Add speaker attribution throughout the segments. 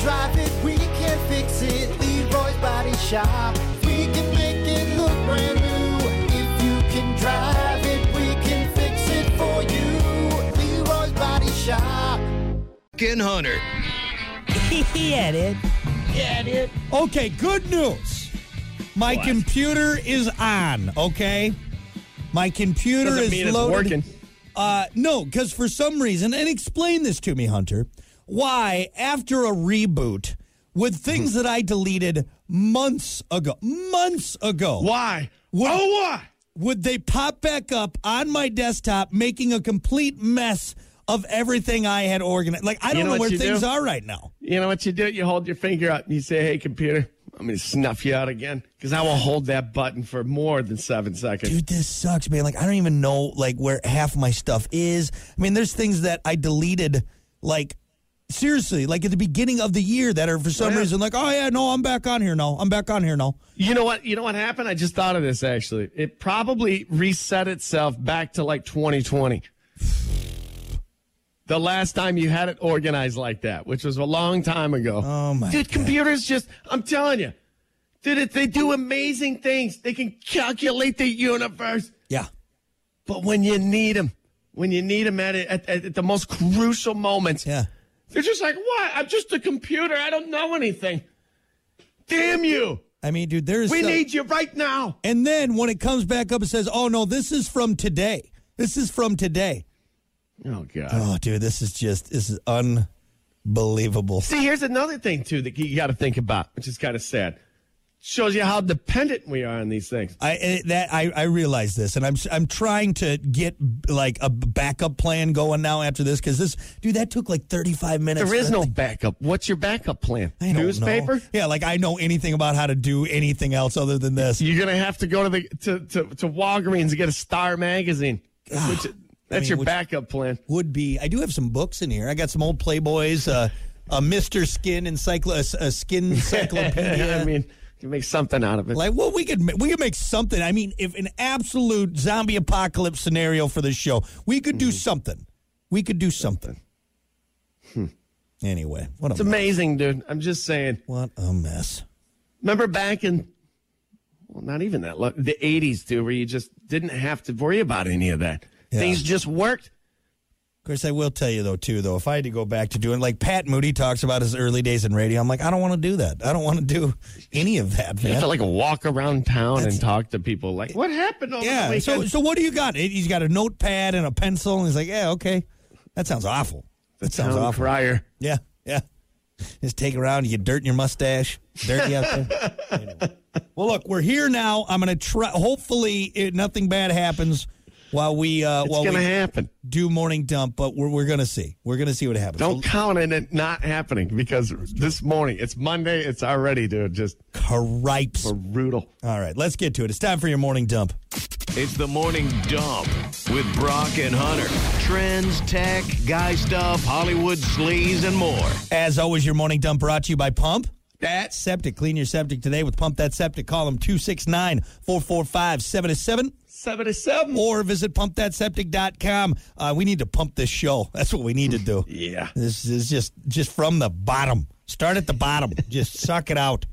Speaker 1: drive it, we can fix it. Leroy's Body Shop. We can make it look brand new. If you can drive it, we can fix it for you. Leroy's Body Shop.
Speaker 2: Skin Hunter.
Speaker 3: yeah, dude.
Speaker 4: Okay, good news. My
Speaker 5: What?
Speaker 4: computer is on, okay? My computer
Speaker 5: Doesn't
Speaker 4: is
Speaker 5: mean it's
Speaker 4: loaded.
Speaker 5: working.
Speaker 4: Uh, no, because for some reason, and explain this to me, Hunter, why after a reboot with
Speaker 5: Hmm.
Speaker 4: things that I deleted months ago, months ago,
Speaker 5: Why? Oh, why?
Speaker 4: would they pop back up on my desktop making a complete mess of everything I had organized? Like, I don't
Speaker 5: know
Speaker 4: know,
Speaker 5: what
Speaker 4: where
Speaker 5: you
Speaker 4: things
Speaker 5: do?
Speaker 4: are right now.
Speaker 5: You know what you do? You hold your finger up and you say, hey, computer, I'm going to snuff you out again because I will hold that button for more than seven seconds.
Speaker 4: dude, this sucks, man. Like, I don't even know like where half my stuff is. I mean, there's things that I deleted, like seriously, like at the beginning of the year that are for some
Speaker 5: Yeah.
Speaker 4: reason like, oh yeah, no, I'm back on here now. I'm back on here now.
Speaker 5: You know what? You know what happened? I just thought of this actually. It probably reset itself back to like 2020. The last time you had it organized like that, which was a long time ago.
Speaker 4: Oh, my
Speaker 5: Dude, computers just I'm telling you. Dude, it- they do amazing things. They can calculate the universe.
Speaker 4: Yeah.
Speaker 5: But when you need them, when you need them at, it- at, at, at the most crucial moments,
Speaker 4: Yeah.
Speaker 5: they're just like, what? I'm just a computer. I don't know anything. Damn you.
Speaker 4: I mean, dude, there's
Speaker 5: We
Speaker 4: stuff-
Speaker 5: need you right now.
Speaker 4: and then when it comes back up it says, Oh no, this is from today. This is from today.
Speaker 5: Oh, God.
Speaker 4: Oh dude, this is just this is unbelievable.
Speaker 5: See, here's another thing too that you got to think about, which is kind of sad. Shows you how dependent we are on these things.
Speaker 4: I eh, that I, I realize this, and I'm I'm trying to get like a backup plan going now after this because this dude that took like 35 minutes.
Speaker 5: There is
Speaker 4: That
Speaker 5: no
Speaker 4: thing-
Speaker 5: backup. What's your backup plan?
Speaker 4: I don't
Speaker 5: Newspaper?
Speaker 4: know. Yeah, like I know anything about how to do anything else other than this.
Speaker 5: You're gonna have to go to the to to, to Walgreens and get a Star magazine. Which, that's
Speaker 4: Ah. mean,
Speaker 5: your
Speaker 4: which-
Speaker 5: backup plan.
Speaker 4: Would be I do have some books in here. I got some old Playboys, uh, a Mister Skin encyclo a, a Skin encyclopedia.
Speaker 5: I mean, you make something out of it.
Speaker 4: Like, well, we could ma- we could make something. I mean, if an absolute zombie apocalypse scenario for this show, we could do something. We could do something. Anyway, what
Speaker 5: it's
Speaker 4: a mess.
Speaker 5: amazing, dude. I'm just saying.
Speaker 4: what a mess.
Speaker 5: Remember back in well, not even that long, the 80s, dude, where you just didn't have to worry about any of that.
Speaker 4: Yeah.
Speaker 5: Things just worked.
Speaker 4: Of course, I will tell you though too though if I had to go back to doing like Pat Moody talks about his early days in radio, I'm like I don't want to do that. I don't want to do any of that,
Speaker 5: You have
Speaker 4: man.
Speaker 5: to like walk around town and talk to people. Like, what happened over the
Speaker 4: Yeah.
Speaker 5: weekend?
Speaker 4: So so what do you got? He's got a notepad and a pencil, and he's like, yeah, okay, that sounds awful. That sounds
Speaker 5: Town
Speaker 4: awful.
Speaker 5: crier.
Speaker 4: Yeah, yeah. Just take it around. You get dirt in your mustache. Dirty out there. Anyway. Well, look, we're here now. I'm going to try. Hopefully, it, nothing bad happens while we uh,
Speaker 5: It's
Speaker 4: while we
Speaker 5: gonna happen.
Speaker 4: do morning dump. But we're we're going to see. We're going to see what happens.
Speaker 5: Don't count on it not happening because this morning it's Monday. It's already, dude, just
Speaker 4: Cripes.
Speaker 5: brutal.
Speaker 4: All right, let's get to it. It's time for your morning dump.
Speaker 2: It's the morning dump with Brock and Hunter. Trends, tech, guy stuff, Hollywood sleaze, and more.
Speaker 4: As always, your morning dump brought to you by Pump. That septic. Clean your septic today with Pump That Septic. Call them 269 445 77.
Speaker 5: Seven to seven.
Speaker 4: or visit pumpthatseptic.com. Uh, we need to pump this show. That's what we need to do.
Speaker 5: Yeah.
Speaker 4: This is just just from the bottom. Start at the bottom. just suck it out.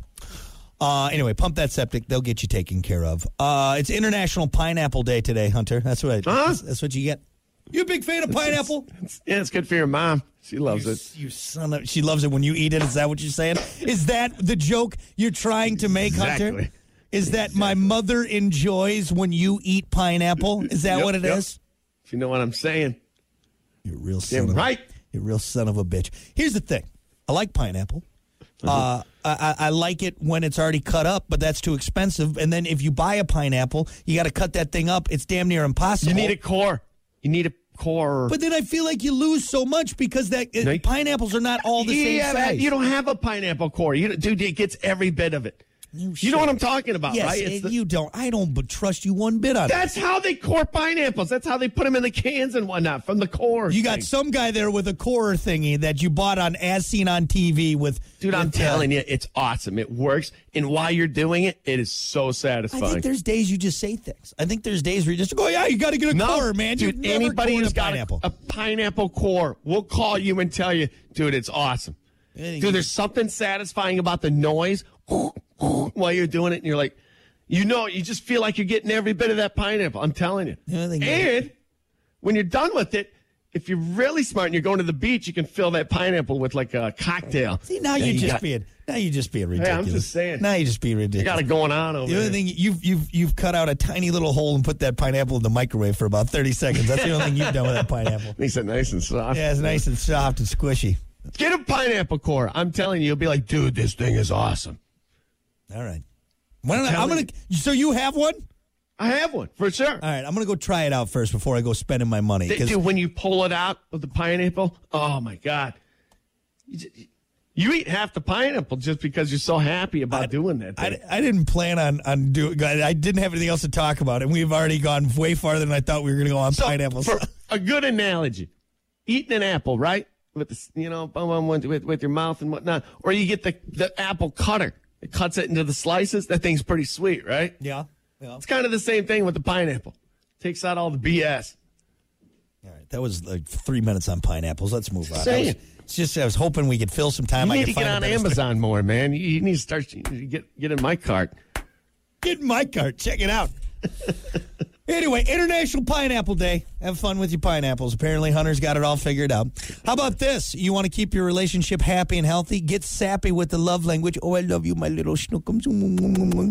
Speaker 4: Uh, anyway, pump that septic. They'll get you taken care of. Uh, it's International Pineapple Day today, Hunter. That's what I, that's, that's what you get. You a big fan of pineapple?
Speaker 5: Yeah, it's good for your mom. She loves it.
Speaker 4: You son of she loves it when you eat it. Is that what you're saying? Is that the joke you're trying to make, Hunter?
Speaker 5: Exactly.
Speaker 4: Is that my mother enjoys when you eat pineapple? Is that
Speaker 5: Yep,
Speaker 4: what it
Speaker 5: yep.
Speaker 4: is?
Speaker 5: If you know what I'm saying.
Speaker 4: You real
Speaker 5: Damn
Speaker 4: son of
Speaker 5: right.
Speaker 4: A, you real son of a bitch. Here's the thing. I like pineapple.
Speaker 5: Uh-huh.
Speaker 4: Uh, I, I I like it when it's already cut up, but that's too expensive. And then if you buy a pineapple, you got to cut that thing up. It's damn near impossible.
Speaker 5: You need a core. You need a core.
Speaker 4: But then I feel like you lose so much because that
Speaker 5: No, you-
Speaker 4: pineapples are not all the same
Speaker 5: yeah,
Speaker 4: size.
Speaker 5: you don't have a pineapple core. You don't- dude, it gets every bit of it. You, know what I'm talking about,
Speaker 4: yes,
Speaker 5: right?
Speaker 4: eh,
Speaker 5: It's the-
Speaker 4: you don't. I don't b- trust you one bit on it.
Speaker 5: that's how they core pineapples. That's how they put them in the cans and whatnot from the core.
Speaker 4: You got
Speaker 5: thing.
Speaker 4: some guy there with a core thingy that you bought on as seen on TV with.
Speaker 5: Dude, I'm
Speaker 4: with, uh,
Speaker 5: telling you, it's awesome. It works. And while you're doing it, it is so
Speaker 4: I
Speaker 5: satisfying.
Speaker 4: think there's days you just say things. I think there's days where you just go, yeah, you got to get a core, man.
Speaker 5: dude,
Speaker 4: You've never
Speaker 5: anybody
Speaker 4: cored
Speaker 5: who's
Speaker 4: a
Speaker 5: got a-
Speaker 4: pineapple.
Speaker 5: A, pineapple core will call you and tell you, dude, it's awesome. Dude, there's something satisfying about the noise while you're doing it, and you're like, you know, you just feel like you're getting every bit of that pineapple. I'm telling you.
Speaker 4: Yeah, I think-
Speaker 5: And when you're done with it, if you're really smart and you're going to the beach, you can fill that pineapple with like a cocktail.
Speaker 4: See, now
Speaker 5: Yeah,
Speaker 4: you're
Speaker 5: you
Speaker 4: just
Speaker 5: got-
Speaker 4: being now you're just being
Speaker 5: I'm
Speaker 4: ridiculous.
Speaker 5: just saying.
Speaker 4: Now you're just being ridiculous.
Speaker 5: You got it going on over
Speaker 4: The only
Speaker 5: there.
Speaker 4: thing you've you've you've cut out a tiny little hole and put that pineapple in the microwave for about thirty seconds. That's the only thing you've done with that pineapple.
Speaker 5: Makes it nice and soft.
Speaker 4: Yeah, it's nice and soft and squishy.
Speaker 5: Get a pineapple core. I'm telling you, you'll be like, dude, this thing is awesome.
Speaker 4: All right. Why don't I, I'm gonna. So you have one?
Speaker 5: I have one for sure.
Speaker 4: All right. I'm gonna go try it out first before I go spending my money.
Speaker 5: Th-
Speaker 4: 'cause-
Speaker 5: Dude, when you pull it out of the pineapple, oh my god, you, j- you eat half the pineapple just because you're so happy about doing that.
Speaker 4: I,
Speaker 5: thing.
Speaker 4: I didn't plan on on doing. I didn't have anything else to talk about, and we've already gone way farther than I thought we were going to go on
Speaker 5: So,
Speaker 4: pineapples.
Speaker 5: For a good analogy, eating an apple, right? With the s- you know bum, bum, with, with with your mouth and whatnot, or you get the the apple cutter. It cuts it into the slices. That thing's pretty sweet, right?
Speaker 4: yeah. yeah. All
Speaker 5: It's kind of the same thing with the pineapple. Takes out all the BS.
Speaker 4: right. That was like three minutes on pineapples. Let's move on.
Speaker 5: Saying.
Speaker 4: I was- it's just I was hoping we could fill some time.
Speaker 5: You
Speaker 4: I
Speaker 5: need
Speaker 4: could
Speaker 5: to
Speaker 4: find
Speaker 5: get
Speaker 4: a
Speaker 5: on
Speaker 4: better story.
Speaker 5: Amazon more, man. You, you need to start you need to get get in my cart.
Speaker 4: Get in my cart. Check it out. anyway, International Pineapple Day. Have fun with your pineapples. Apparently, Hunter's got it all figured out. How about this? You want to keep your relationship happy and healthy? Get sappy with the love language. Oh, I love you, my little schnookums.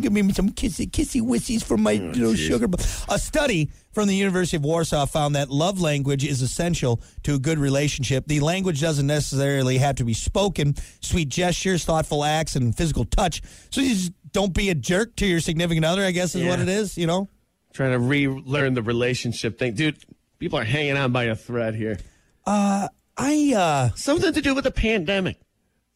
Speaker 4: Give me some kissy, kissy wissies for my little sugar. bu- A study from the University of Warsaw found that love language is essential to a good relationship. The language doesn't necessarily have to be spoken. Sweet gestures, thoughtful acts, and physical touch. So you just don't be a jerk to your significant other, I guess is what
Speaker 5: Yeah.
Speaker 4: it is, you know?
Speaker 5: trying to relearn the relationship thing. Dude, people are hanging on by a thread here.
Speaker 4: I uh
Speaker 5: Something to do with the pandemic.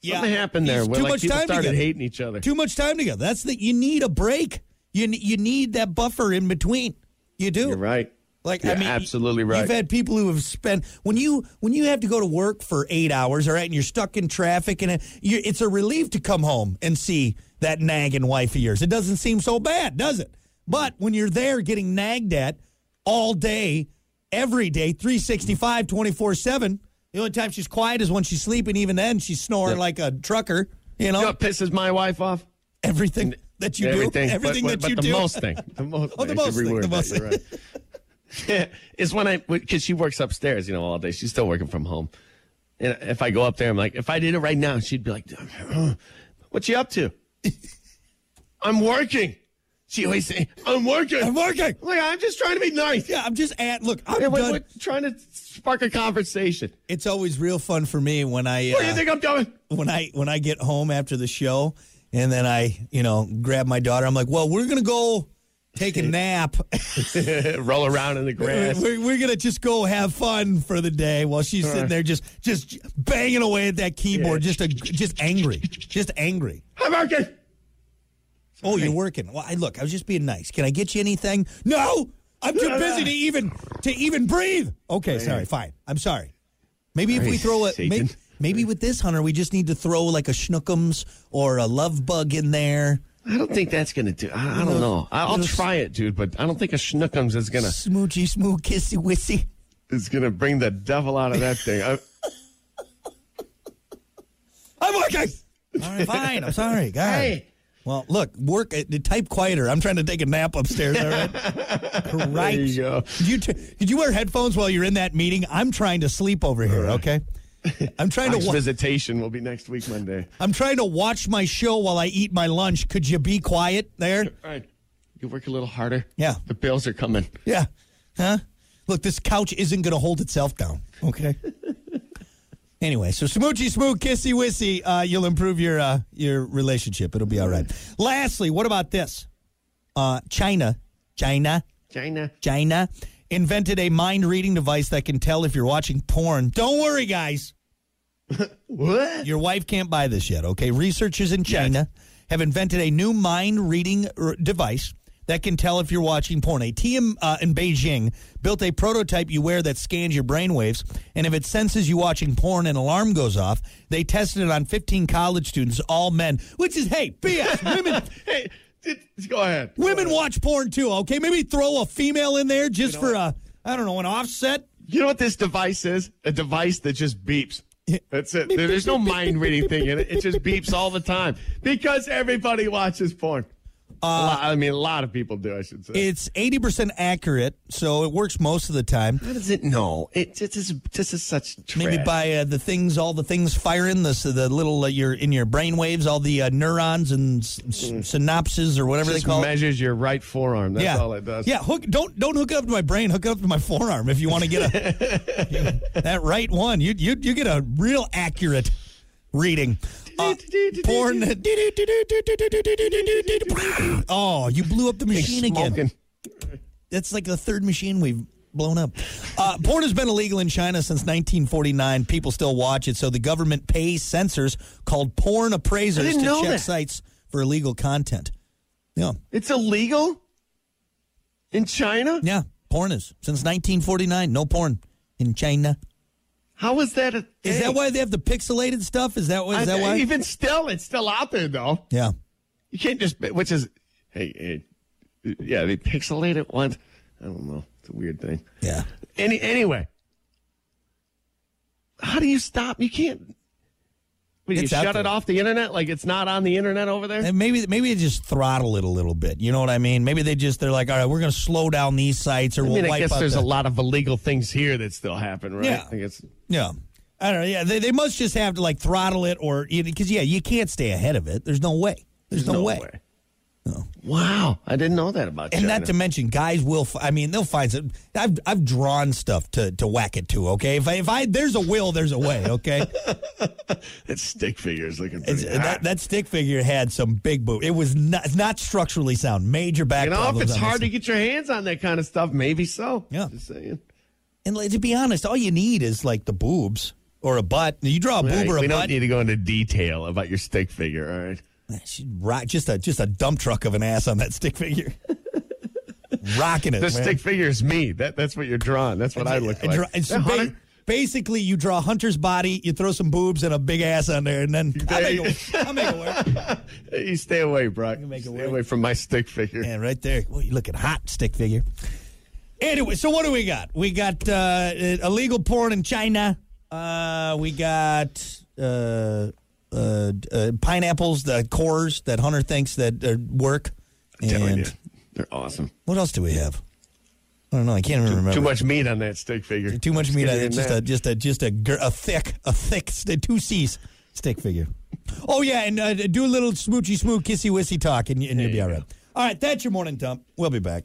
Speaker 5: Something happened there
Speaker 4: It's
Speaker 5: where
Speaker 4: too
Speaker 5: like
Speaker 4: much
Speaker 5: people
Speaker 4: time
Speaker 5: started
Speaker 4: together.
Speaker 5: hating each other.
Speaker 4: Too much time together. That's the you need a break. You n- you need that buffer in between. You do.
Speaker 5: You're right.
Speaker 4: Like I
Speaker 5: You're
Speaker 4: mean,
Speaker 5: absolutely
Speaker 4: you-
Speaker 5: right.
Speaker 4: You've had people who have spent when you when you have to go to work for eight hours, all right, and you're stuck in traffic, and it- you it's a relief to come home and see that nagging wife of yours. It doesn't seem so bad, does it? But when you're there getting nagged at all day, every day, 365, 24 7, the only time she's quiet is when she's sleeping. Even then, she's snoring like a trucker, you know?
Speaker 5: You know what pisses my wife off?
Speaker 4: Everything that you
Speaker 5: everything,
Speaker 4: do, everything
Speaker 5: but, but,
Speaker 4: that you
Speaker 5: but
Speaker 4: do.
Speaker 5: the most thing, the most,
Speaker 4: Oh, the
Speaker 5: I should
Speaker 4: most thing, the
Speaker 5: reword that,
Speaker 4: most
Speaker 5: you're right. is when I because she works upstairs, you know, all day. She's still working from home, and if I go up there, I'm like, if I did it right now, she'd be like, "What you up to?" I'm working. She always say, "I'm working."
Speaker 4: I'm working.
Speaker 5: I'm like I'm just trying to be nice.
Speaker 4: Yeah, I'm just at. Look, I'm
Speaker 5: Hey, what-
Speaker 4: done.
Speaker 5: what- trying to spark a conversation.
Speaker 4: It's always real fun for me when I
Speaker 5: What do you
Speaker 4: uh,
Speaker 5: think I'm doing?
Speaker 4: when I when I get home after the show, and then I you know grab my daughter. I'm like, well, we're gonna go take a nap.
Speaker 5: Roll around in the grass.
Speaker 4: we're, we're gonna just go have fun for the day while she's
Speaker 5: Uh-huh.
Speaker 4: sitting there just just banging away at that keyboard, just a, just angry, just angry.
Speaker 5: I'm working.
Speaker 4: Oh, you're working. Well, I look. I was just being nice. Can I get you anything? No, I'm too busy to even to even breathe. Okay, sorry, fine. I'm sorry. Maybe if we throw a may,
Speaker 5: Satan.
Speaker 4: maybe with this hunter, we just need to throw like a schnookums or a love bug in there.
Speaker 5: I don't think that's gonna do. I, I don't know. I- I'll try it, dude, but I don't think a schnookums is gonna
Speaker 4: Smoochy, smoo, kissy, wissy.
Speaker 5: is gonna bring the devil out of that thing. I,
Speaker 4: I'm working. All right, fine. I'm sorry, God.
Speaker 5: Hey.
Speaker 4: Well, look, work. uh, Type quieter. I'm trying to take a nap upstairs. All right. right.
Speaker 5: There you go.
Speaker 4: Did you, t- did you wear headphones while you're in that meeting? I'm trying to sleep over here. Okay. I'm trying to
Speaker 5: Next
Speaker 4: wa-
Speaker 5: visitation will be next week Monday.
Speaker 4: I'm trying to watch my show while I eat my lunch. Could you be quiet there?
Speaker 5: All right. You work a little harder.
Speaker 4: Yeah.
Speaker 5: The bills are coming.
Speaker 4: Yeah. Huh? Look, this couch isn't going to hold itself down. Okay. anyway, so smoochy smoo, kissy wissy, uh, you'll improve your uh, your relationship. It'll be all right. Lastly, what about this? Uh, China, China,
Speaker 5: China.
Speaker 4: China invented a mind reading device that can tell if you're watching porn. Don't worry, guys.
Speaker 5: What?
Speaker 4: Your wife can't buy this yet, okay? Researchers in China have invented a new mind reading er, device that can tell if you're watching porn. A team uh, in Beijing built a prototype you wear that scans your brainwaves, and if it senses you watching porn, an alarm goes off. They tested it on 15 college students, all men, which is, hey, BS. Women,
Speaker 5: Hey, d- d- go ahead.
Speaker 4: women watch porn too, okay? Maybe throw a female in there just for a, I don't know, an offset.
Speaker 5: You know what this device is? A device that just beeps. That's it. There- There's no mind reading thing in it. It just beeps all the time because everybody watches porn.
Speaker 4: Uh,
Speaker 5: A lot- I mean, a lot of people do. I should say.
Speaker 4: It's 80% accurate, so it works most of the time.
Speaker 5: How does it know? It this is this is such trash.
Speaker 4: Maybe by uh, the things, all the things firing, the, the little, uh, your, in your brain waves, all the uh, neurons and s- s- synapses or whatever they
Speaker 5: Mm. just
Speaker 4: call it.
Speaker 5: measures your right forearm. That's all it does.
Speaker 4: Yeah, hook don't don't hook it up to my brain. Hook it up to my forearm if you want to get a that right one. You you you get a real accurate reading. Uh, porn. oh, you blew up the machine again.
Speaker 5: Smoking.
Speaker 4: That's like the third machine we've blown up. Uh, porn has been illegal in China since 1949. People still watch it, so the government pays censors called porn
Speaker 5: I
Speaker 4: appraisers
Speaker 5: didn't
Speaker 4: to
Speaker 5: know
Speaker 4: check
Speaker 5: that.
Speaker 4: sites for illegal content. Yeah.
Speaker 5: It's illegal in China.
Speaker 4: Yeah, porn is since 1949. No porn in China.
Speaker 5: How is that? A
Speaker 4: Is
Speaker 5: thing?
Speaker 4: that why they have the pixelated stuff? Is that why? Is that
Speaker 5: I-
Speaker 4: why?
Speaker 5: Even still, it's still out there though.
Speaker 4: yeah.
Speaker 5: You can't just, which is, hey, hey yeah, they pixelate it once. I don't know. It's a weird thing.
Speaker 4: Yeah.
Speaker 5: Any anyway, how do you stop? You can't. What, you
Speaker 4: It's out
Speaker 5: shut it
Speaker 4: there.
Speaker 5: off the internet, like it's not on the internet over there.
Speaker 4: And maybe maybe they just throttle it a little bit. You know what I mean? Maybe they just they're like, all right, we're going to slow down these sites, or
Speaker 5: I
Speaker 4: we'll
Speaker 5: mean,
Speaker 4: wipe
Speaker 5: I guess
Speaker 4: out
Speaker 5: there's
Speaker 4: the-
Speaker 5: a lot of illegal things here that still happen, right?
Speaker 4: Yeah.
Speaker 5: I guess
Speaker 4: Yeah. I don't know. Yeah, they, they must just have to like throttle it, or because yeah, you can't stay ahead of it. There's no way. There's no, way.
Speaker 5: Wow, I didn't know that about
Speaker 4: And
Speaker 5: China.
Speaker 4: not to mention, guys will. F- I mean, they'll find some. I've I've drawn stuff to to whack it to. Okay, if I if I there's a will, there's a way. Okay.
Speaker 5: It's stick figures looking
Speaker 4: It's,
Speaker 5: pretty hot.
Speaker 4: that, that stick figure had some big boot. It was not, not structurally sound. Major back
Speaker 5: you know, if
Speaker 4: problems.
Speaker 5: it's
Speaker 4: on this
Speaker 5: hard to
Speaker 4: thing.
Speaker 5: get your hands on that kind of stuff, maybe so.
Speaker 4: Yeah.
Speaker 5: Just saying.
Speaker 4: and like, to be honest, all you need is like the boobs or a butt. You draw a boob or
Speaker 5: we
Speaker 4: a
Speaker 5: don't
Speaker 4: butt,
Speaker 5: need to go into detail about your stick figure, all right?
Speaker 4: she'd rock, just a just a dump truck of an ass on that stick figure, rocking it.
Speaker 5: The
Speaker 4: man.
Speaker 5: stick figure is me. That, that's what you're drawing. That's what I look like.
Speaker 4: Draw- it's
Speaker 5: Yeah,
Speaker 4: ba-
Speaker 5: Hunter,
Speaker 4: basically, you draw Hunter's body, you throw some boobs and a big ass on there, and then I
Speaker 5: There you-
Speaker 4: make it, I make it work.
Speaker 5: you stay away, Brock.
Speaker 4: make it
Speaker 5: Stay
Speaker 4: work.
Speaker 5: away from my stick figure.
Speaker 4: Yeah, right there. Well, you looking hot, stick figure. Anyway, so what do we got? We got uh, illegal porn in China. Uh, we got uh, uh, uh, pineapples, the cores that Hunter thinks that uh, work.
Speaker 5: Telling you,
Speaker 4: And
Speaker 5: They're awesome.
Speaker 4: what else do we have? I don't know. I can't even remember.
Speaker 5: Too much meat on that stick figure.
Speaker 4: Too much meat.
Speaker 5: Skinnier
Speaker 4: on it. It's
Speaker 5: than
Speaker 4: just a
Speaker 5: that.
Speaker 4: just a just a gr- a thick a thick st- two C's stick figure. Oh yeah, and uh, do a little smoochy smoo kissy wissy talk, and, you- and you'll be all right. All right, that's your morning dump. We'll be back.